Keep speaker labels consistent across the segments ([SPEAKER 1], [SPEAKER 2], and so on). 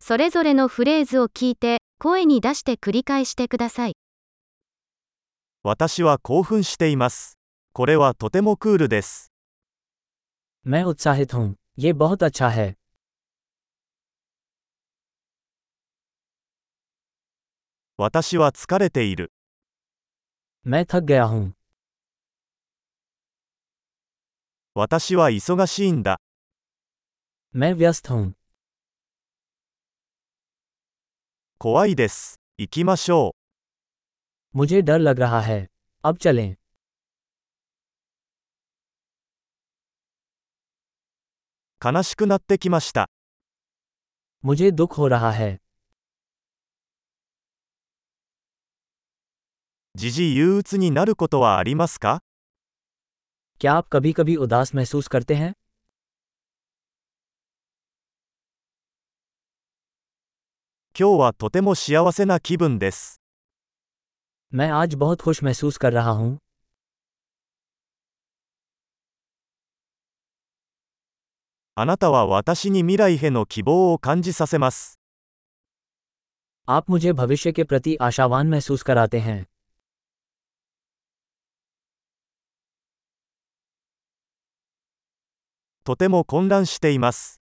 [SPEAKER 1] それぞれのフレーズを聞いて、声に出して繰り返してください。
[SPEAKER 2] 私は興奮しています。これはとてもクールです。
[SPEAKER 3] मैं उत्साहित हूँ ये बहुत अच्छा है
[SPEAKER 2] 私は疲れている。
[SPEAKER 3] मैं थक गया हूँ
[SPEAKER 2] 私は忙しいんだ。
[SPEAKER 3] मैं व्यस्त हूँ
[SPEAKER 2] 怖いです。行きましょう。
[SPEAKER 3] मुझे डर लग रहा है अब चलें
[SPEAKER 2] 悲しくなってきました。
[SPEAKER 3] मुझे दुख हो रहा है
[SPEAKER 2] 時々憂鬱になることはありますか
[SPEAKER 3] क्या आप कभी कभी उदास महसूस करते हैं
[SPEAKER 2] 今日はとても幸せな気分です。
[SPEAKER 3] मैं आज बहुत खुश महसूस कर रहा हूँ
[SPEAKER 2] あなたは私に未来への希望を感じさせます。
[SPEAKER 3] आप मुझे भविष्य के प्रति आशावान महसूस कराते हैं
[SPEAKER 2] とても混乱しています。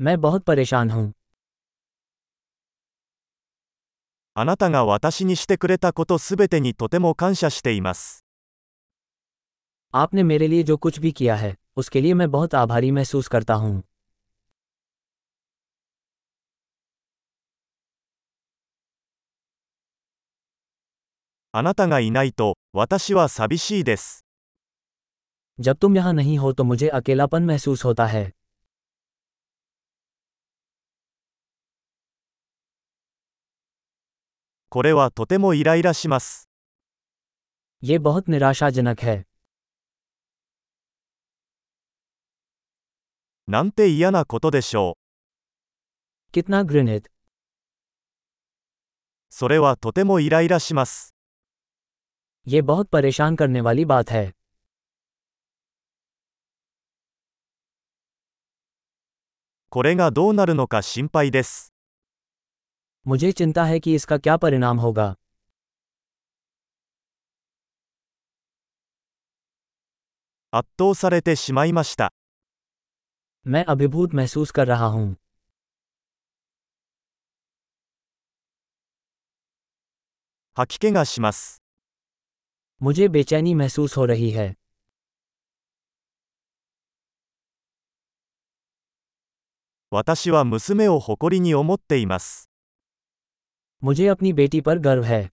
[SPEAKER 3] मैं बहुत परेशान हूँ
[SPEAKER 2] あなたが私にしてくれたことすべてにとても感謝しています。
[SPEAKER 3] आपने मेरे लिए जो कुछ भी किया है उसके लिए मैं बहुत आभारी महसूस करता हूँ
[SPEAKER 2] あなたがいないと、私は寂しいです。
[SPEAKER 3] जब तुम यहाँ नहीं हो तो मुझे अकेलापन महसूस होता है
[SPEAKER 2] これはとてもイライラします。
[SPEAKER 3] ये बहुत निराशाजनक है
[SPEAKER 2] なんて嫌なことでしょう。
[SPEAKER 3] कितना घृणित
[SPEAKER 2] それはとてもイライラします。
[SPEAKER 3] ये बहुत परेशान करने वाली बात है
[SPEAKER 2] これがどうなるのか心配です。
[SPEAKER 3] मुझे चिंता है कि इसका क्या परिणाम होगा
[SPEAKER 2] 圧倒されてしまいました。
[SPEAKER 3] मैं अभिभूत महसूस कर रहा हूँ
[SPEAKER 2] 吐き気がします。
[SPEAKER 3] मुझे बेचैनी महसूस हो रही है
[SPEAKER 2] 私は娘を誇りに思っています。
[SPEAKER 3] मुझे अपनी बेटी पर गर्व है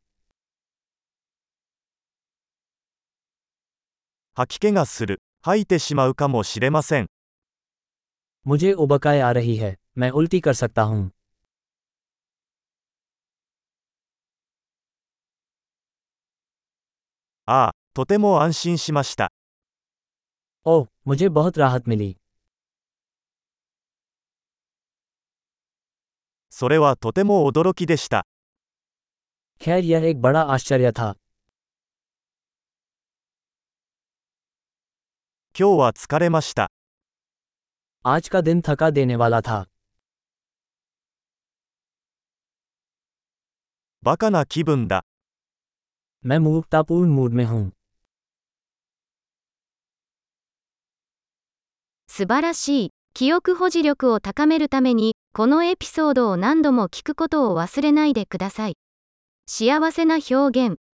[SPEAKER 2] 吐き気がする。吐いてしまうかもしれません。
[SPEAKER 3] मुझे उबकाई आ रही है मैं उल्टी कर सकता हूँ
[SPEAKER 2] ああ、とても安心しました。
[SPEAKER 3] ओह मुझे बहुत राहत मिली
[SPEAKER 2] それはとても驚きでした。
[SPEAKER 3] खैर यह एक बड़ा आश्चर्य था
[SPEAKER 2] 今日は疲れました。
[SPEAKER 3] आज का दिन थका देने वाला था
[SPEAKER 2] バカな気分だ。
[SPEAKER 3] मैं मूर्खतापूर्ण मूड में हूँ
[SPEAKER 1] 素晴らしい。記憶保持力を高めるために、このエピソードを何度も聞くことを忘れないでください。幸せな表現、